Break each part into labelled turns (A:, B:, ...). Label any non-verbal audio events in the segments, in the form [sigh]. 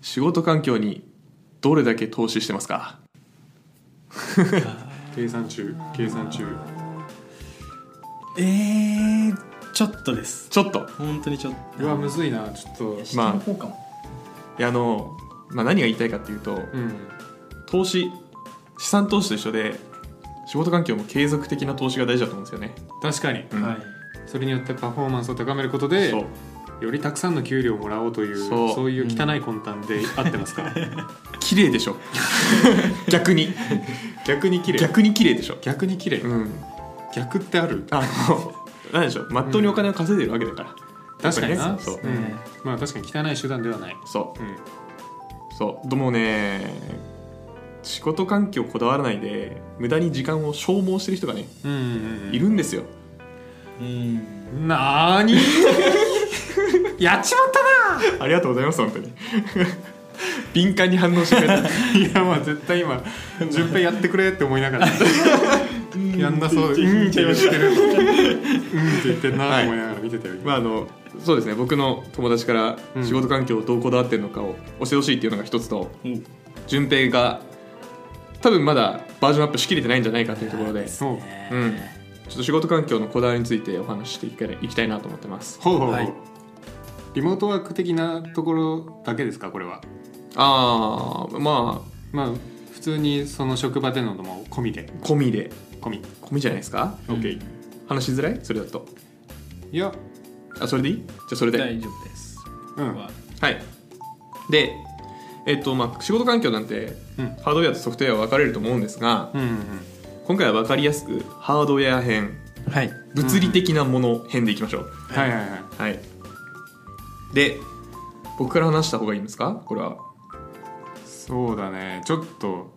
A: 仕事環境にどれだけ投資してますか
B: 計算中計算中
C: えー、ちょっとです
A: ちょっと
C: 本当にちょっ
B: うわむずいなちょっと
C: と下の方かも、
A: いやあの、まあ、何が言いたいかっていうと
B: うん
A: 投資資産投資と一緒で仕事環境も継続的な投資が大事だと思うんですよね
B: 確かに
A: うん
C: はい
B: それによってパフォーマンスを高めることで
A: そう
B: よりたくさんの給料をもらおうという
A: そ
B: そうういう汚い魂胆で合ってますか
A: [laughs] 綺麗でしょ [laughs] 逆に
B: 逆に綺麗
A: 逆に綺麗でしょ
B: 逆に綺麗
A: うん
B: 逆ってある
A: あのなんでしょうまっとうにお金を稼いでるわけだから、
B: 確かに
A: やっ
B: な
A: ぱりねそう
B: うんまあ確かに汚い手段ではない
A: そう
B: うん
A: そうでもね仕事環境こだわらないで無駄に時間を消耗してる人がね
B: うんうんうん
A: いるんですよ
C: うん
B: なーに [laughs] やっちまっ
A: ありがとうございます本当に敏感に反応して [laughs] くれた
B: たいやまあ絶対今順平やってくれって思いながらやんなそうでうんって言ってるうんって言ってんなって思いながら見てたよ、今
A: まああのそうですね僕の友達から
B: うん
A: 仕事環境をどうこだわってるのかを教えてほしいっていうのが一つと順平が多分まだバージョンアップしきれてないんじゃないかというところでちょ
B: そう
A: うんっと仕事環境のこだわりについてお話ししていけれいきたいなと思ってます
B: ほうほうほう、
C: はい
B: リモートワーク的なところだけですかこれは
A: ああま
B: まあ普通にその職場でのも込みで
A: あ込みで
B: 込み
A: 込みじゃないですか
B: OK、
A: 話しづらいそれだと
B: いや
A: あそれでいいじゃあそれで
C: 大丈夫です、
B: うん
C: は
A: はいでえっとまあ仕事環境なんて
B: うん
A: ハードウェアとソフトウェアは分かれると思うんですが
B: うん
A: 今回は分かりやすくハードウェア編
C: はい
A: 物理的なもの編でいきましょう、
B: はいはいはい
A: はいで僕から話した方がいいんですかこれは
B: そうだねちょっと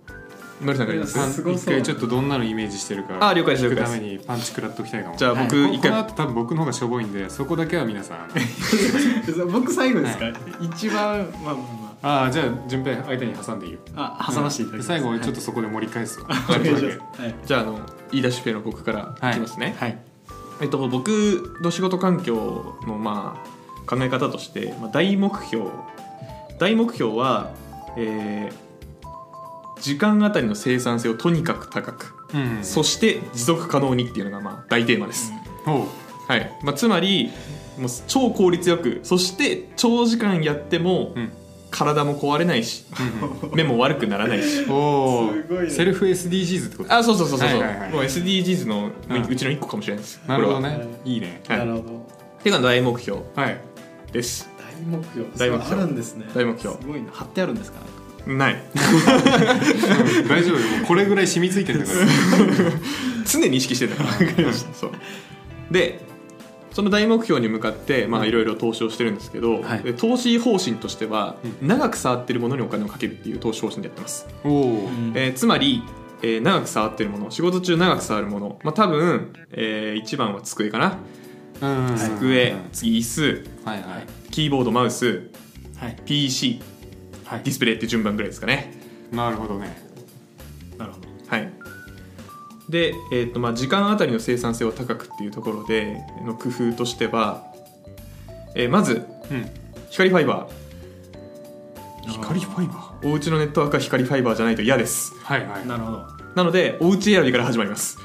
A: のりさんから言います
C: いやすごそう
B: 一回ちょっとどんなのイメージしてるか
A: あ了解です
B: 聞く
A: 了
B: た
A: 解
B: め
A: です
B: にパンチ食らっときたいかも
A: じゃあ
C: はい
A: 僕
B: こ
A: 一
B: こ
A: 回、
B: の後多分僕の方がしょぼいんでそこだけは皆さん
C: 僕最後ですか、
B: は
C: 一番まあまあま
B: ああじゃあ順平間に挟んでいいよ
C: ああ挟ましていただき
B: で
C: ます
B: 最後ちょっ
C: と
B: とそこで盛り返すわ、 [laughs]
C: お願いします
B: ちょっとだ
C: はい
A: じゃああの言い出しっぺの僕からいきますね、
C: はい
A: えっと、僕の仕事環境の、まあ、考え方として、まあ、大目標大目標は、えー時間あたりの生産性をとにかく高く、
B: けうん
A: そして持続可能にっていうのが、まあ、大テーマです、
B: おう
A: はいまあ、つまりもう超効率よくそして長時間やっても
B: うん
A: 体も壊れないし
B: うん
A: 目も悪くならないし
B: うんおお
C: すごいね
B: セルフ SDGs ってこと
A: [laughs] あそうそうそうそう、
B: はいはいはい
A: もう SDGs の
B: うん
A: うちの1個かもしれないです、
B: なるほど
A: こ
B: ね
C: こ
B: いいね
A: れは、はい、っ
C: なるほど
A: ていうのが大目標
B: はい
A: です
C: 大目標
A: 大目標
C: それあるんですね
A: 大目標
C: すごいな貼ってあるんですか
A: ない
B: うん大丈夫よもうこれぐらい染みついてるんだから
A: 常に意識
C: [laughs]
A: してたからそうでその大目標に向かってまあいろいろ投資をしてるんですけど、
C: はい
A: で投資方針としては
B: う
A: 長く触ってるものにお金をかけるっていう投資方針でやってます、
B: おお
A: えーつまり、えー長く触ってるもの仕事中長く触るもの、まあ、多分、えー一番は机かな机、次椅子
B: はいはい
A: キーボードマウス
C: はい
A: PC
C: はい
A: ディスプレイって順番ぐらいですかね
B: なるほどね
C: なるほど
A: はい、で、えーとまあ、時間あたりの生産性を高くっていうところでの工夫としては、えーまず
B: うん
A: 光ファイバー
B: 光ファイバー
A: お家のネットワークは光ファイバーじゃないと嫌です
B: はいはい
C: なるほど
A: なのでお家選びから始まります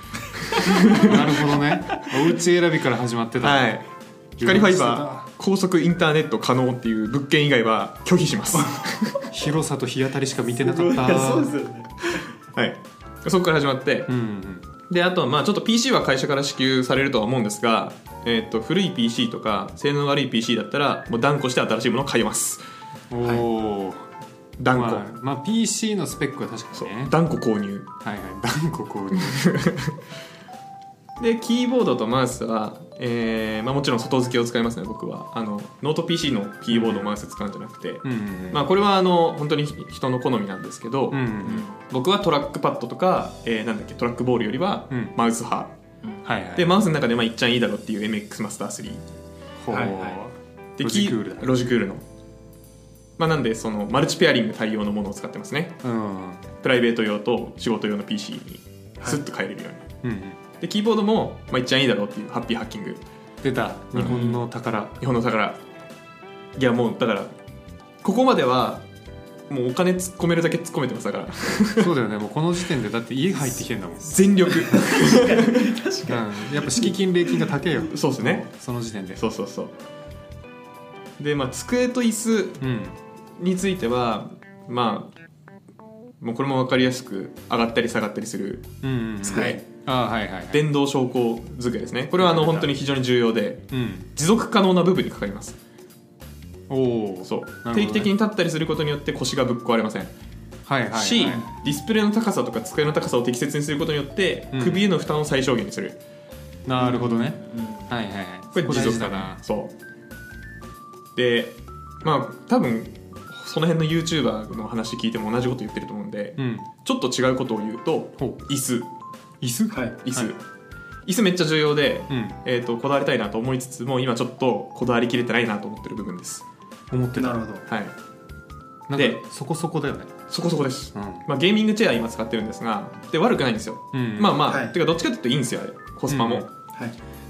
B: なるほどねお家選びから始まってた
A: はい光ファイ
B: 充
A: バー高速インターネット可能っていう物件以外は拒否し
B: [laughs]
A: ます
B: 広さと日当たりしか見てなかった
C: そうですよね
A: はいそこから始まって
B: うんうん
A: であとはまあちょっと PC は会社から支給されるとは思うんですが、えー、と古い PC とか性能悪い PC だったらもう断固して新しいものを買います
B: おお
A: 断固、
B: まあまあ PC のスペックは確か
A: そう
B: にね
A: 断固購入
B: はいはい断固購入
A: でキーボードとマウスは、えーまあ、もちろん外付けを使いますね僕はあのノート PC のキーボードをマウス使うんじゃなくて、
B: うんうんうん
A: まあ、これはあの本当に人の好みなんですけど、
B: うんうん
A: 僕はトラックパッドとか、えーなんだっけトラックボールよりは
B: うん
A: マウス派、
B: はいはい
A: でマウスの中でまあいっちゃんいいだろっていう MX マスター3
B: ほう
C: はいは
A: で
B: ロジクールだ
A: キロジクールの、まあ、なんでそのマルチペアリング対応のものを使ってますね
B: うん
A: プライベート用と仕事用の PC にスッと変えれるように、
B: うん
A: でキーボードも、まあ、いっちゃんいいだろうっていうハッピーハッキング
B: 出た
A: うん
B: 日本の宝
A: 日本の宝いやもうだからここまではもうお金突っ込めるだけ突っ込めてますだから
B: そうだよねもうこの時点でだって家入ってきてんだもん、う
A: 全
B: [laughs]
A: 力
C: 確か
B: ん、やっぱ敷金礼金が高えよ
A: そうですね
B: その時点で
A: そうそうそうでまあ机と椅子
B: うん
A: についてはまあもうこれも分かりやすく上がったり下がったりする
B: うんうんうん
A: 机、
B: あはいはいはい
A: 電動昇降机ですねこれはあの本当に非常に重要で
B: うん
A: 持続可能な部分にかかります
B: おお
A: そう、
B: ほど
A: 定
B: ね
A: 期的に立ったりすることによって腰がぶっ壊れません、
B: はいはい、はい、
A: しディスプレイの高さとか机の高さを適切にすることによって、
B: うん
A: 首への負担を最小限にする
B: なるほどね、
C: に
B: はいはいはい
A: これ持
B: 大
A: 続
B: 事
A: 可
B: だ
A: 能
B: な
A: そうでまあ多分その辺の YouTuber の話聞いても同じこと言ってると思うんで、
B: うん
A: ちょっと違うことを言うと
B: ほ
A: 椅子
B: う椅子
C: はい
A: 椅子、
B: はい
A: 椅子めっちゃ重要で、
B: うん
A: えー、とこだわりたいなと思いつつも今ちょっとこだわりきれてないなと思ってる部分です
B: 思ってた
C: なるほど
A: はい
B: なん
A: で
B: かそこそこだよね
A: そこそこです、
B: うん
A: まあ、ゲーミングチェア今使ってるんですがで悪くないんですよ、
B: うん
A: まあまあ、
C: はい
A: てかどっちかっていうといいんですよあれコスパも、
B: うん
C: はい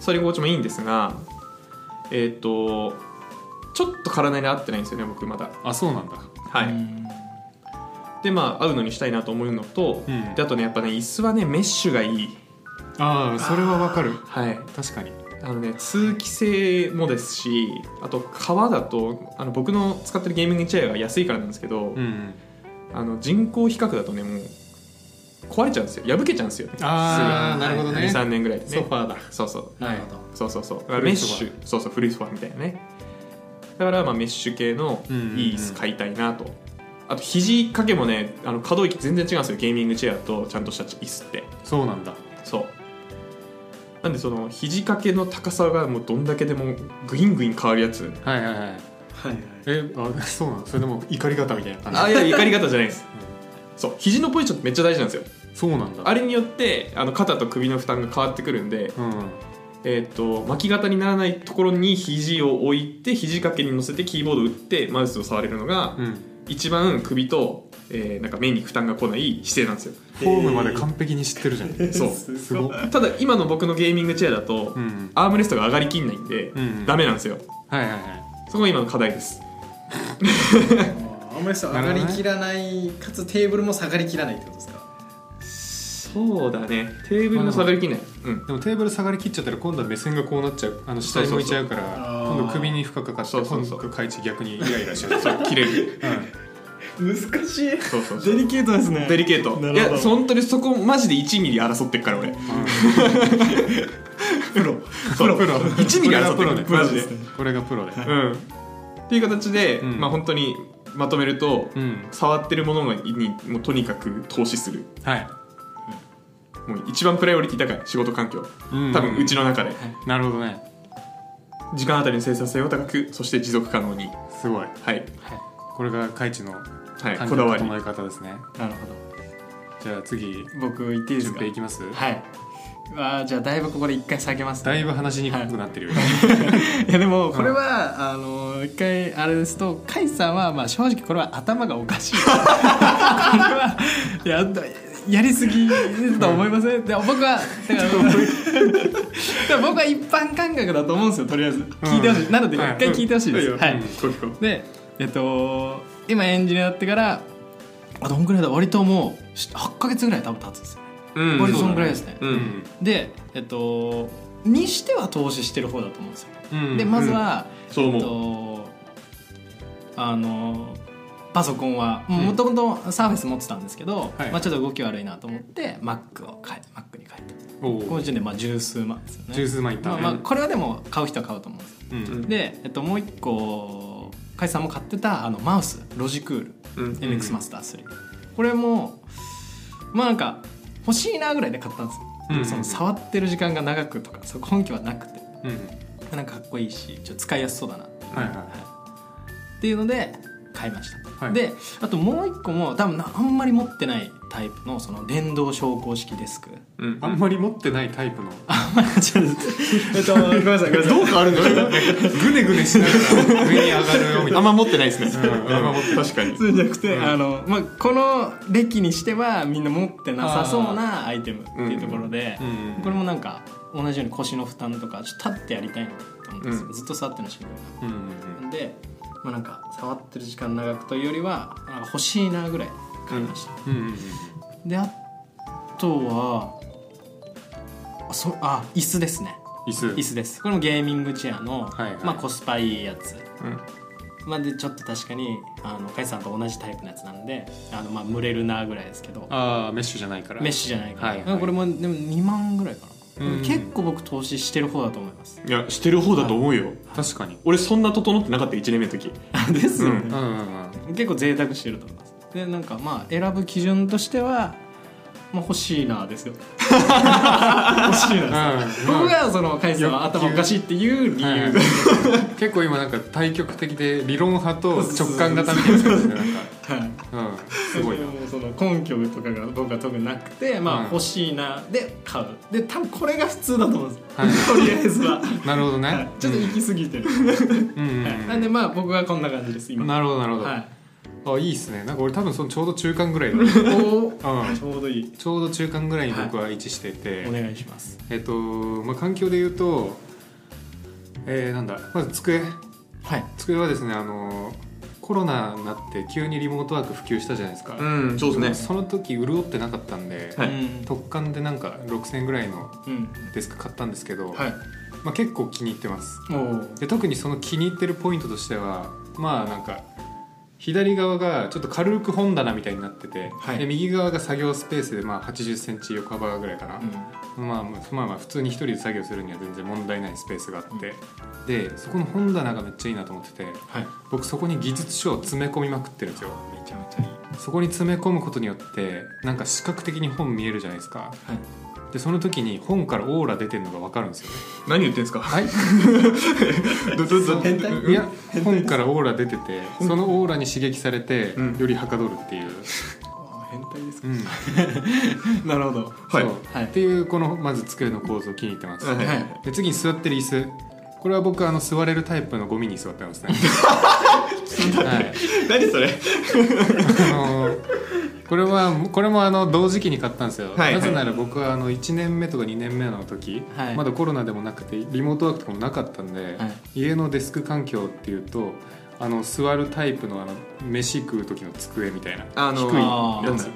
A: 座り心地もいいんですがえっ、とちょっと体に合ってないんですよね僕まだ
B: あそうなんだ
A: はい、
C: うん
A: でまあ合うのにしたいなと思うのと、
B: うん
A: であとねやっぱね椅子はねメッシュがいい
B: ああそれはわかる
A: はい
B: 確かに
A: あのね通気性もですしあと革だとあの僕の使ってるゲーミングチェアが安いからなんですけど、
B: うんうん
A: あの人工比較だとねもう壊れちゃうんですよ破けちゃうんですよ
B: ああなるほどね
A: 23年ぐらいでね
B: ソファーだ
A: そうそう
C: なるほど
A: そうそうそう
B: 古
A: メッ
B: いソフ
A: シ
B: ァー
A: ュそうそう古いソファーみたいなねだからまあメッシュ系のいい椅子買いたいなと、あと肘掛けもねあの可動域全然違うんですよゲーミングチェアとちゃんとした椅子って
B: そうなんだ
A: そうなんでその肘掛けの高さがもうどんだけでもグイングイン変わるやつ
B: はいはいはい
C: はいはい
B: えあ [laughs] そうなのそれでも怒り方みたいな感じ
A: あ [laughs] いや怒り方じゃないです、そう肘のポジションってめっちゃ大事なんですよ
B: そうなんだ
A: あれによってあの肩と首の負担が変わってくるんで、
B: うん
A: えー、と巻き型にならないところに肘を置いて肘掛けに乗せてキーボード打ってマウスを触れるのが
B: うん
A: 一番首と、えーなんか目に負担が来ない姿勢なんですよ
B: フォームまで完璧に知ってるじゃん
A: そう
B: すごっ
A: ただ今の僕のゲーミングチェアだと、
B: うん
A: アームレストが上がりきんないんで、
B: うん
A: ダメなんですよ
B: はいはいはい
A: そこが今の課題です
C: あんまりそう上がりきらないかつテーブルも下がりきらないってことですか
A: そうだねテーブルの下がりきんない、うん
B: でもテーブル下がりきっちゃったら今度は目線がこうなっちゃうあの下に向いちゃうから
C: そうそうそう
B: 今度首に負荷かかって
A: そうそうそう
B: 今度開地逆にイライラしちゃう [laughs]
A: そう切れる
C: 難しい
A: そうそう
D: [laughs]
A: そう
C: デリケートですね
A: デリケート
C: なる
A: い
C: ほど
A: や本当にそこマジで1ミリ争ってっから俺
C: プロ
A: プロ
B: プロ
A: 1ミリ争ってる
B: プロ
A: マ
C: プロ
A: ジで
C: ですね
B: これがプロ [laughs] で
A: うんっていう形で、
B: うん
A: まあ本当にまとめると、
B: うん
A: 触ってるものにもうとにかく投資する
B: はい
A: もう一番プライオリティ高い仕事環境
B: うん
A: 多分うちの中で、
B: なるほどね
A: 時間あたりの生産性を高くそして持続可能に
B: すごい
A: はい、
B: これが開地の
A: はい、
B: 環
A: こだ
B: 境
A: わ
B: の
A: り
B: 整え方ですね
D: なるほど
B: じゃあ次
D: 僕言っていいです
B: 順
D: か
B: 平いきます
D: はいあーじゃあだいぶここで一回下げます
B: だ
D: ね、
B: いぶ話しにくくなってるよ
D: [laughs] いやでもこれは、あの一回あれですと甲斐さんはまあ正直これは頭がおかしいこれはいやだやりすぎだと思いませんで僕はだからだから僕は一般感覚だと思うんですよとりあえず聞いてほしい、なので一
B: はい
D: 回聞いてほしいです、
B: うん
D: はい、
B: うん
A: こうこう
D: でえっと今エンジニアやってからあどんぐらいだ割ともうし8ヶ月ぐらい多分経つんですよ
A: うん
D: 割とそ
A: うん
D: ぐらいですね、
A: う
B: うんん
D: でえっとにしては投資してる方だと思うんですよ、
B: うん
D: でまずは、
A: そう
D: えっ
A: 思う
D: とあのパソコンはもともとサーフェス持ってたんですけど、
B: はい
D: まあ、ちょっと動き悪いなと思って Mac を変え Mac に変えた
B: お
D: この
B: お
D: 時点でまあ十数万ですよね
B: 十数万いった
D: まあ、まあ
B: ね
D: これはでも買う人は買うと思うんですよ
B: うん
D: で、えっと、もう一個海さんも買ってたあのマウスロジクール
A: うん
D: MX マスター3、これもまあなんか欲しいなぐらいで買ったんですよ、
B: うんうん
D: その触ってる時間が長くとかそこ本気はなくて
B: うん
D: なんかかっこいいしちょっと使いやすそうだなっていう,、
B: はいはい
D: っていうので買いました、
B: はい
D: であともう一個も多分なあんまり持ってないタイプのその電動昇降式デス [laughs] ク
A: うん
B: あんまり持ってないタイプの
D: ちょっとえ
A: [laughs]
D: っとごめんなさいごめんなさい
A: どう変わるんだろう
B: グネグネしながら上に上がるよみた
A: あ
B: い
A: ん
B: な
A: ま持ってないですね、
B: うんあんま持って
A: 確かに
D: そうじゃなくて、
B: うん
D: あのまあ、この歴にしてはみんな持ってなさそうなアイテムっていうところで、
B: うんうん
D: これもなんか同じように腰の負担とかちょっと立ってやりたいなと思って、
A: うん
D: ずっと座ってるのしんどい
B: うんうんうん
D: なでまあ、なんか触ってる時間長くというよりはなんか欲しいなぐらい買いました、
B: うんうんうん
D: であとはあそあ椅子ですね
B: 椅子
D: 椅子ですこれもゲーミングチェアの、
B: はいはい
D: まあ、コスパいいやつ
A: うん
D: まあ、でちょっと確かにあのカイさんと同じタイプのやつなんであの、まあ、蒸れるなぐらいですけど
B: ああメッシュじゃないから
D: メッシュじゃないから、
B: はいはい
D: これもでも2万ぐらいかな、
B: うん
D: 結構僕投資してる方だと思います
A: いやしてる方だと思うよ
B: 確かに
A: 俺そんな整ってなかった1年目の時
D: [laughs] ですよ
A: う
B: う
D: ね
B: ん、うんうん
D: 結構贅沢してると思いますでなんかまあ選ぶ基準としては、まあ、欲しいなで
B: [laughs]
D: すよ欲しいなですよ、
B: うん
D: 僕がそのカイさんは頭おかしいっていう理由、
B: はいはい結構今なんか対極的で理論派と直感型みたいな感じでなんか
D: はい
B: うんすごいな
D: もうその根拠とかが僕は特になくて
B: うん
D: まあ欲しいなで買うで多分これが普通だと思うんです、
B: はい
D: とりあえずは、
B: なるほどね、
D: はいちょっと行き過ぎてる、
B: うんうんうん
D: はいなんでまあ僕はこんな感じです今
B: なるほどなるほど、
D: はい、
B: あいいっすねなんか俺多分そのちょうど中間ぐらいの、う
D: おー
B: ん、
D: ちょうどいい
B: ちょうど中間ぐらいに僕は位置してて、
D: お願いします
B: えっとまあ環境で言うとえー、なんだまず机
D: はい
B: 机はですねあのコロナになって急にリモートワーク普及したじゃないですか、
A: うんそうですね
B: その時潤ってなかったんで、
A: はい
D: うん
B: 特感でなんか6000円ぐらいの
D: うん
B: デスク買ったんですけど、
D: はい
B: まあ、結構気に入ってます
D: おー
B: で特にその気に入ってるポイントとしてはまあなんか左側がちょっと軽く本棚みたいになってて、
D: はい
B: で右側が作業スペースでまあ8 0ンチ横幅ぐらいかな、まあ、まあまあまあ普通に一人で作業するには全然問題ないスペースがあって、でそこの本棚がめっちゃいいなと思ってて
D: はい
B: 僕そこに技術書を詰め込みまくってるんですよ
D: めちゃめちゃいい
B: そこに詰め込むことによってなんか視覚的に本見えるじゃないですか
D: はい
B: でその時に本からオーラ出てるのが分かるんですよね
A: 何言ってんす
B: [laughs]
A: か
B: はい
A: どどど
C: 変態
B: いや本からオーラ出ててそのオーラに刺激されて、
A: うん
B: よりはかどるっていう、
D: あー変態ですか
B: うん
D: なるほど
A: はい
B: そう
D: はい
B: っていうこのまず机の構造気に入ってます、
A: はい
D: はい
B: で次に座ってる椅子これは僕あの座れるタイプのゴミに座ってますね、はい、
A: 何それ
B: あの [laughs] これはこれもあの同時期に買ったんですよ、
A: はいはい
B: なぜなら僕はあの1年目とか2年目の時、
D: はい
B: まだコロナでもなくてリモートワークとかもなかったんで、
D: は
B: 家のデスク環境っていうとあの座るタイプのあの飯食う時の机みたいな
A: あの
B: 低い
D: あー
B: やつ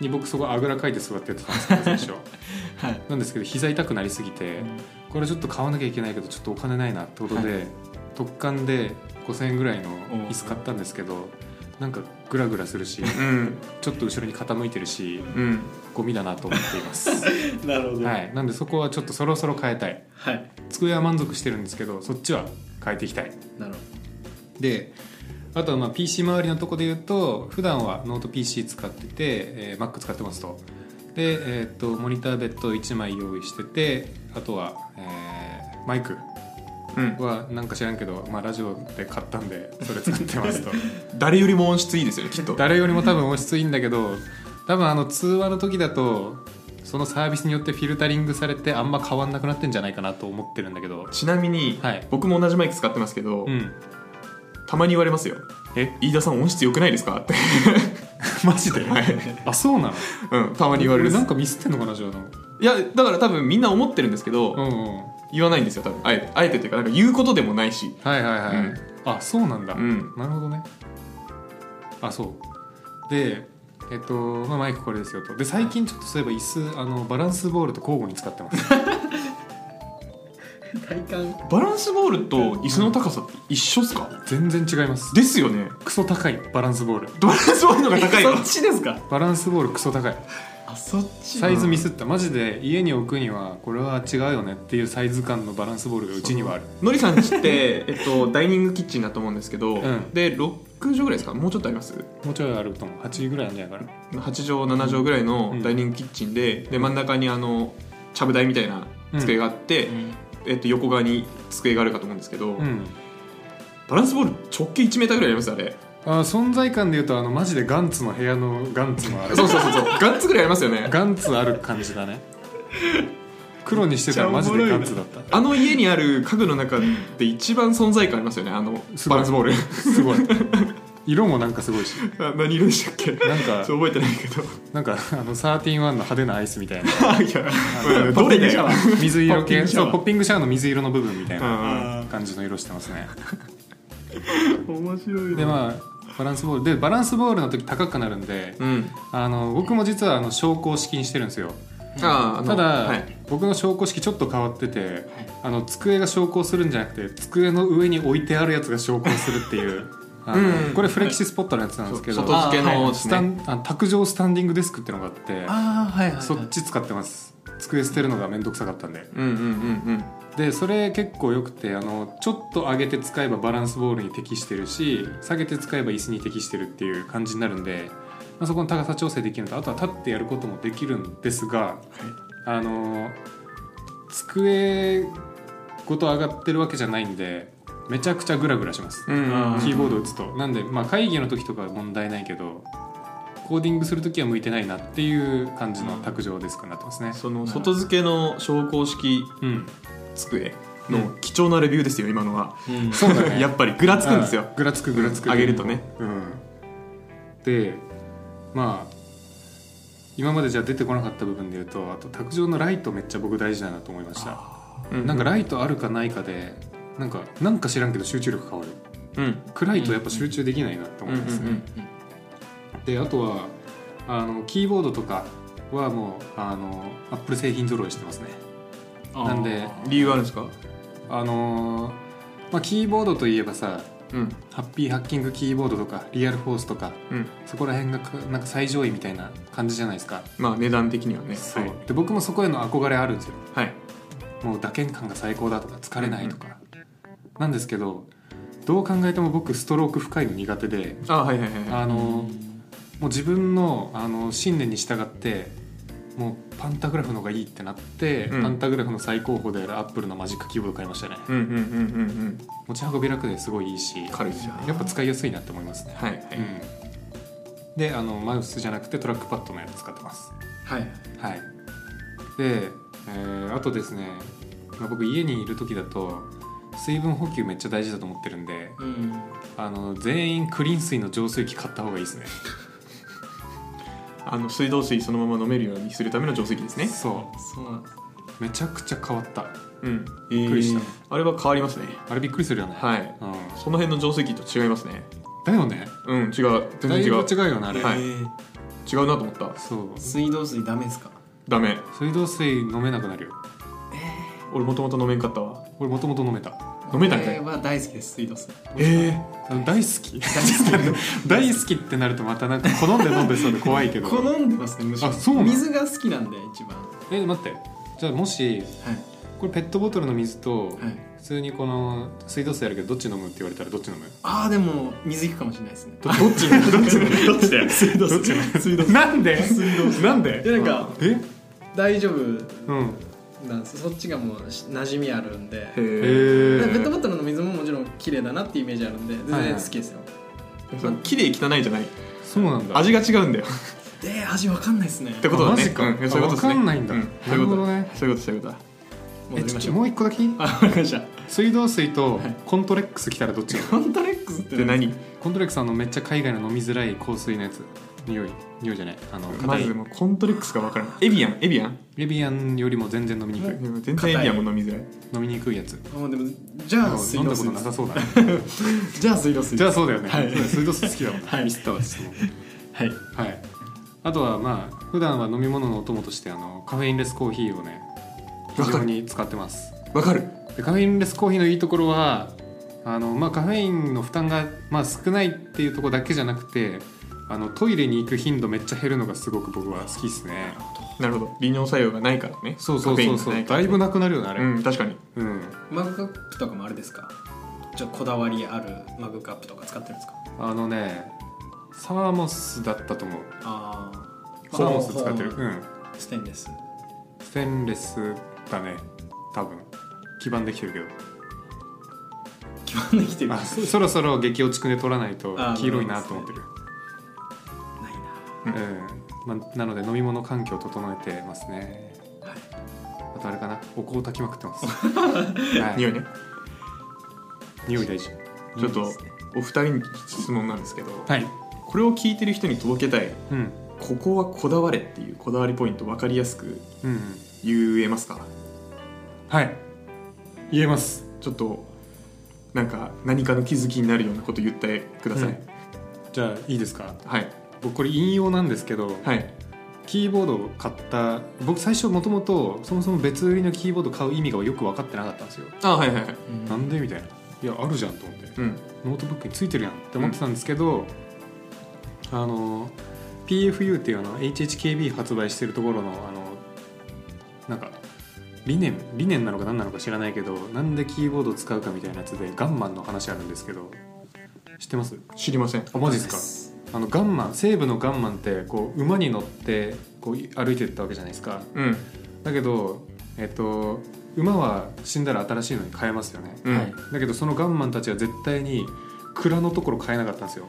B: に僕そこあぐらかいて座ってやってたんですけど最初
D: はい
B: なんですけど膝痛くなりすぎて、これちょっと買わなきゃいけないけどちょっとお金ないなってことで、特感で5,000円ぐらいの椅子買ったんですけどなんかグラグラするし
A: うん
B: ちょっと後ろに傾いてるし
A: うん
B: ゴミだなと思っています、
D: なるほどは、
B: はいい、なんでそこはちょっとそろそろ変えたい机は満足してるんですけどそっちは変えていきたい
D: なるほ
B: であとはまあ PC 周りのとこで言うと普段はノート PC 使ってて、えー Mac 使ってますとで、えーっとモニターベッド1枚用意しててあとは、えーマイク
A: うん
B: はなんか知らんけど、まあ、ラジオで買ったんでそれ使ってます [laughs] と
A: 誰よりも音質いいですよねきっと
B: 誰よりも多分音質いいんだけど多分あの通話の時だとそのサービスによってフィルタリングされてあんま変わんなくなってんじゃないかなと思ってるんだけど
A: ちなみに、
B: はい
A: 僕も同じマイク使ってますけど、
B: うん
A: たまに言われますよえ飯田さん音質良くないですかって
B: [laughs] マジで
A: はい
B: あそうなの
A: うんたまに言われる
B: [laughs] 俺
A: っす
B: なんかミスってんのかなじゃあなんか
A: いやだから多分みんな思ってるんですけど、
B: うんうん
A: 言わないんですよ多分あえてあえてというかなんか言うことでもないし
B: はいはいはい、
A: うん
B: あそうなんだ、
A: うん
B: なるほどねあそうでえっと、まあ、マイクこれですよとで最近ちょっとそういえば椅子あのバランスボールと交互に使ってます [laughs]
C: 体感
A: バランスボールと椅子の高さって一緒っすか、
B: 全然違います
A: ですよね
B: クソ高いバランスボール
A: バランスボールの方が高い
D: ど
B: [laughs]
A: わ
D: そっちですか
B: バランスボールクソ高い
D: あそっち
B: サイズミスったマジで家に置くにはこれは違うよねっていうサイズ感のバランスボールがうちにはある
A: のりさんちって、えっと、ダイニングキッチンだと思うんですけど、
B: ん
A: で6畳ぐらいですかもうちょっとあります
B: もうちょいあると思う8ぐらいなんじゃないかな
A: 8畳7畳ぐらいのダイニングキッチンで,、で真ん中にあのちゃぶ台みたいな机があって、
D: うん
A: えっと、横側に机があるかと思うんですけど、
B: うん
A: バランスボール直径 1m ぐらいありますあれ
B: あ存在感でいうとあのマジでガンツの部屋のガンツのあれ
A: そうそうそうそう [laughs] ガッツぐらいありますよね
B: ガンツある感じだね黒にしてたらマジでガンツだった
A: あの家にある家具の中で一番存在感ありますよねあの
B: すご
A: バラ
B: い
A: ンスボール [laughs]
B: すごい色もなんかすごいし
A: あ何色でしたっけちょっ
B: なん
D: [laughs]
B: か
A: と覚えてないけど
B: なんかあの31の派手なアイスみたいな
A: あい [laughs] やどれだよ
B: 水色系
D: ポッピングシャワ
B: そ
D: ー
B: うポッピングシャワーの水色の部分みたい
A: うん
B: な
A: うん
B: 感じの色してますね
A: 面白いな
B: でまあバランスボールでバランスボールの時高くなるんで
A: うん
B: あの僕も実はあの昇降式にしてるんですよ
A: あーあの
B: ただ、
A: はい
B: 僕の昇降式ちょっと変わってて、あの机が昇降するんじゃなくて机の上に置いてあるやつが昇降するっていう
A: [laughs]
B: あの
A: うん
B: これフレキシスポットのやつなんですけど、
A: 外付け
D: あーは
A: の
D: い
A: です
B: スタ
A: ね
B: ンあの卓上スタンディングデスクっていうのがあって
D: ああはいはい、はい、
B: そっち使ってます机捨てるのが面倒くさかったんで
A: うんうんうん
B: でそれ結構よくてあのちょっと上げて使えばバランスボールに適してるし下げて使えば椅子に適してるっていう感じになるんで、まあ、そこの高さ調整できるのとあとは立ってやることもできるんですが、あの机ごと上がってるわけじゃないんでめちゃくちゃグラグラします、
A: うんうんうん
B: キーボード打つとなんで、まあ、会議の時とかは問題ないけどコーディングする時は向いてないなっていう感じの卓上デスクになってますね、
A: その外付けの昇降式
B: うん、
A: 机の貴重なレビューですよ今のは、
B: そうだね
A: やっぱりぐらつくんですよ
B: あぐらつくぐらつく
A: 上げるとね
B: うんでまあ今までじゃ出てこなかった部分で言うとあと卓上のライトめっちゃ僕大事だなと思いましたなんか
A: ラ
B: ライトあるかないかでなんかなんか知らんけど集中力変わる
A: うん
B: 暗いとやっぱ集中できないなと思いますね、であとはあのキーボードとかはもうあのアップル製品揃いしてますねなんで
A: 理由あるんですか
B: あのーまあキーボードといえばさ
A: うん
B: ハッピーハッキングキーボードとかリアルフォースとか
A: うん
B: そこら辺がかなんか最上位みたいな感じじゃないですか、
A: まあ値段的にはね
B: そうで僕もそこへの憧れあるんですよ
A: はい、はい
B: もう打鍵感が最高だとか疲れないとか、なんですけどどう考えても僕ストローク深いの苦手で
A: あはいはいはいはい
B: あのもう自分のあの信念に従ってもうパンタグラフのがいいってなって、
A: うん
B: パンタグラフの最高峰であるアップルのマジックキーボード買いましたね
A: うんうんうんうん
B: 持ち運び楽ですごいいいし
A: うん軽いですよね
B: やっぱ使いやすいなって思いますね、
A: はいはい、
B: うん、であのマウスじゃなくてトラックパッドのやつ使ってます
C: はい
B: はい、で、えーあとですね、まあ、僕家にいる時だと水分補給めっちゃ大事だと思ってるんで
C: うん
B: あの全員クリーン水の浄水器買った方がいいですね
A: あの水道水そのまま飲めるようにするための浄水器ですね
B: そ
C: そうなんです
B: うめちゃくちゃ変わった
A: うん
B: びっくりした
A: えーあれは変わりますね
B: あれびっくりするよね、
A: はい
B: うん、
A: その辺の浄水器と違いますね
B: だよね
A: うん違う全
B: だ
A: 然
B: い
A: 違
B: ぶ
A: う
B: 違うよねあれ、
A: はい
C: えー
A: 違うなと思った
B: そう
C: 水道水ダメですか
A: ダメ
B: 水道水飲めなくなるよ
A: 俺もともと飲めんかったわ
B: 俺もともと飲めた
A: 飲めたんかい
C: 俺は大好きです水道水
A: ええ
B: あの大好き [laughs] 大好きってなるとまたなんか好んで飲んでそうで怖い
A: [laughs]
B: けど
C: 好んでますねむしろ
B: あそうなの
C: 水が好きなんで一番は
B: え待ってじゃあもし
C: い
B: これペットボトルの水と、
C: はい
B: 普通にこの水道水あるけどどっち飲むって言われたらどっち飲む
C: ああでも水いくかもしれないですね
B: どどっちどっち
A: どっ
C: [laughs]
A: ちだよ水道水水道水
B: なんでなんで
C: いやなんか
B: え
C: 大丈夫
B: うん
C: なんですそっちがもうし馴染みあるんで
A: へ
B: え
A: ー
C: ペ
B: ー
C: ットボトルの水ももちろん綺麗だなってイメージあるんで全然好きですよ
A: その綺麗汚いじゃない
B: そうなんだ
A: 味が違うんだよ
C: えー味わかんないですね
A: ってことだね
B: あマジか
A: うん、そういうことですね
B: あわかんないんだ
A: うそういうこ
B: なるほ
A: と
B: どね
A: そういうことそういうことだ
C: 戻りましょう
B: もう一個だけいい
C: あわかりました
B: 水道水と
C: はい
B: コントレックス来たらどっち飲む
C: コントレックスって
A: で
C: 何
A: 何
B: コントレックスあのめっちゃ海外の飲みづらい香水のやつ匂い匂いじゃないあの
A: ま
B: 硬い
A: ずもうコントレックスが分からんエビアンエビアン
B: エビアンよりも全然飲みにくい
A: でも全然エビアンも飲みづらい
B: 飲みにくいやつ
C: あもうでもじゃあ水
B: 飲ん
C: 道
B: だこと
C: 水
B: なさそうだね
C: じゃあ水道水
B: じゃあそうだよね
C: はい
B: そうだ水道水好きだもん
C: はい
B: ミスったわ質問
C: はい
B: はい、あとはまあ普段は飲み物のお供としてあのカフェインレスコーヒーをね非
A: わかる
B: 常に使ってます
A: 分かる
B: でカフェインレスコーヒーのいいところはあの、まあ、カフェインの負担が、まあ、少ないっていうところだけじゃなくてあのトイレに行く頻度めっちゃ減るのがすごく僕は好きですね
A: なるほど利尿作用がないからね
B: そうそうそうそう
A: カフェインがないか
B: だ
A: ら
B: いぶなくなるよねあれ
A: うん確かに
B: うん
C: マグカップとかもあれですかじゃあこだわりあるマグカップとか使ってるんですか
B: あのねサーモスだったと思う
C: ああ
B: サーモス使ってるうん
C: ステンレス
B: ステンレスだね多分基盤できてるけど
C: 基本できてる
B: あ
C: ない
B: そそろそろ激落ちくんで取らないと
C: あー
B: 黄色いなと思ってる、
A: そううん
B: まあ、なので飲み物環境を整えてますねあとあれかなお香を炊きまくって [laughs] ます、は
A: 匂いね
B: 匂い大事
A: ちょっとお二人に質問なんですけど
B: はい、
A: これを聞いてる人に届けたい
B: うん
A: ここはこだわれっていうこだわりポイント分かりやすく
B: うんうん、
A: 言えますか
B: はい言えます
A: ちょっとなんか何かの気づきになるようなこと言ってください、
B: うんじゃあいいですか
A: はい
B: 僕これ引用なんですけど、
A: はい
B: キーボードを買った僕最初もともとそもそも別売りのキーボード買う意味がよく分かってなかったんですよ、
A: あはいはいはい
B: なんでみたいないやあるじゃんと思って、
A: うん
B: ノートブックについてるやんって思ってたんですけど、あの PFU っていうあの HHKB 発売してるところのあのなんか理念理念なのか何なのか知らないけどなんでキーボードを使うかみたいなやつでガンマンの話あるんですけど知ってます
A: 知りません
B: あマジですかあのガンマン西部のガンマンってこう馬に乗ってこう歩いてったわけじゃないですか
A: うん
B: だけどえっと馬は死んだら新しいのに変えますよね、
A: うん、
D: はい
B: だけどそのガンマンたちは絶対に蔵のところ変えなかったんですよ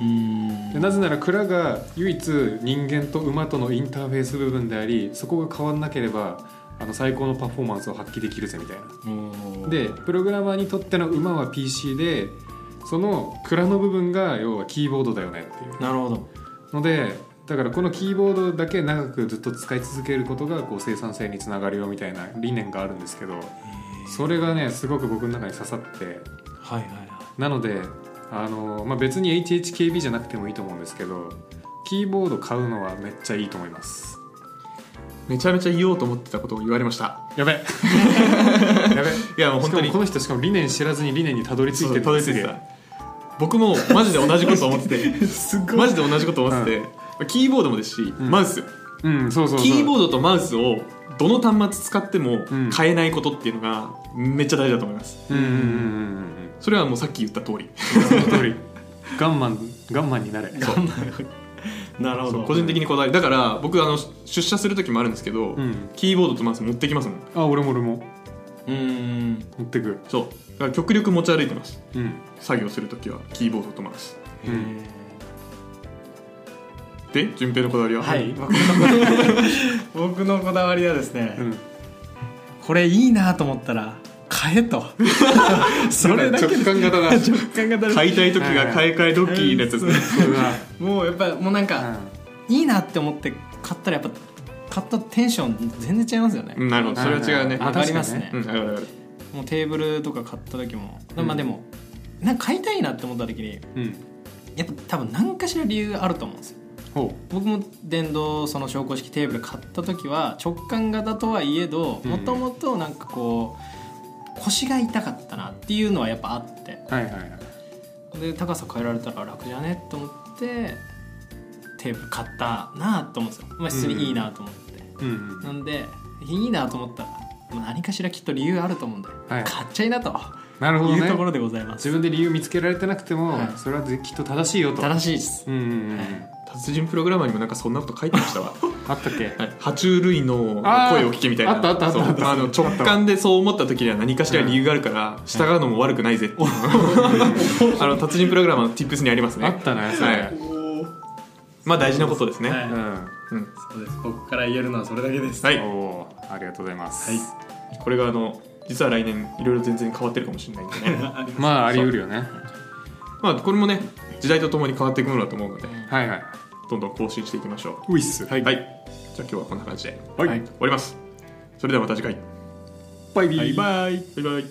D: うん
B: でなぜなら蔵が唯一人間と馬とのインターフェース部分でありそこが変わんなければあの最高のパフォーマンスを発揮できるぜみたいなでプログラマーにとっての馬は PC でその蔵の部分が要はキーボードだよねっていう
D: なるほど
B: のでだからこのキーボードだけ長くずっと使い続けることがこう生産性につながるよみたいな理念があるんですけどそれがねすごく僕の中に刺さって
D: はいはいは
B: なのであの、まあ、別に HHKB じゃなくてもいいと思うんですけどキーボード買うのはめっちゃいいと思います
A: めちゃめちゃ言おうと思ってたことを言われました
B: [laughs] やべやべ
A: いやもう本
B: し
A: 当
B: かも
A: に
B: この人しかも理念知らずに理念にたどり着いてる
A: そう届いてた僕もマジで同じこと思っててマジで同じこと思ってて、キーボードもですし、
B: ん
A: マウス
B: うんそうそうそう
A: キーボードとマウスをどの端末使っても
B: うん
A: 変えないことっていうのがめっちゃ大事だと思います
B: うんうんうんうんうん
A: それはもうさっき言った通り
B: その通りガンマンガンマンになれ
D: い頑張るなるほ
A: そ
D: ど
A: う個人的にこだわりだから僕あの出社する時もあるんですけど、
B: うん
A: キーボードとマウス持ってきますもん
B: あ俺も俺も
D: うん
B: 持ってく
A: そうだから極力持ち歩いてます
B: うん
A: 作業する時はキーボードとマウス
D: へー
A: で順平のこだわりは
D: はい僕の僕のこ [laughs] だわりはですね、
B: うん
D: これいいなと思ったら買えとそれだけ
B: 直感型だ
D: 直感が
A: 買
D: 出
A: いたい時が買い替えドッキーのやつですね、
B: それは
D: もうやっぱもうなん [laughs] か、いいなって思って買ったらやっぱ買ったテンション全然違いますよね、
A: うんなるほどそれは違うね
B: あ
D: 上がりますね
A: うん上がる上がる
D: もうテーブルとか買った時も、
B: うん
D: まあでもなんか買いたいなって思った時に
B: うん
D: やっぱ多分何かしら理由あると思うんですよ
B: ほ
D: 僕も電動その昇降式テーブル買った時は直感型とはいえど
B: うん
D: もともとなんかこう腰が痛かったなっていうのはやっぱあって
B: うはいはいはい
D: で高さ変えられたら楽じゃねと思ってテーブル買ったなと思うんですよ、まあ、普通にいいなと思って、
B: うんうん
D: なんでいいなと思ったらまあ何かしらきっと理由あると思うんで、
B: はい
D: 買っちゃいなと
B: なるほど
D: いう
B: ね
D: ところでございます
B: 自分で理由見つけられてなくても、
D: はい
B: それはきっと正しいよと
D: 正しいです
B: うんうんうん、
D: はい
A: 達人プログラマーにもなんかそんなこと書いてましたわ、 [laughs] は
B: あったっけ
A: い、爬虫類の
B: あー
A: 声を聞けみたいな
B: あったあったあった
A: そう
B: あった
A: あの [laughs] 直感でそう思った時には何かしら理由があるから従うのも悪くないぜっていう [laughs] あの達人プログラマーの Tips にありますね
B: あったねそれ、
A: はいまあ大事なことですね、
C: はい
A: うん
C: そうです僕から言えるのはそれだけです
A: はい
B: うん、おーありがとうございます、
C: はい
A: これがあの実は来年いろいろ全然変わってるかもしれないんでね [laughs]
B: まああり得るよね
A: まあこれもね時代とともに変わっていくものだと思うので
B: はいはい
A: どんどん更新していきましょう
B: ウィスはい、
A: はい、じゃあ今日はこんな感じで、
B: はい
A: 終わりますそれではまた次回
B: バイビー、
A: バイバイバイバイ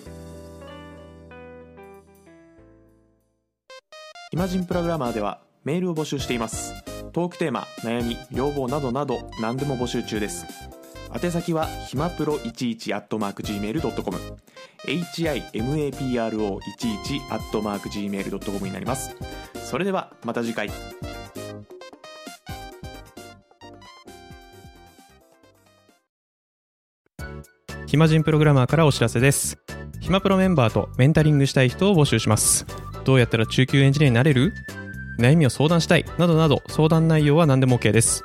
E: イマジンプログラマーではメールを募集していますトークテーマ悩み要望などなど何でも募集中です宛先はひまプロ11 at mark gmail.com himapro11 at mark gmail.com になりますそれではまた次回
F: 暇人プログラマーからお知らせです暇プロメンバーとメンタリングしたい人を募集しますどうやったら中級エンジニアになれる悩みを相談したいなどなど相談内容は何でも OK です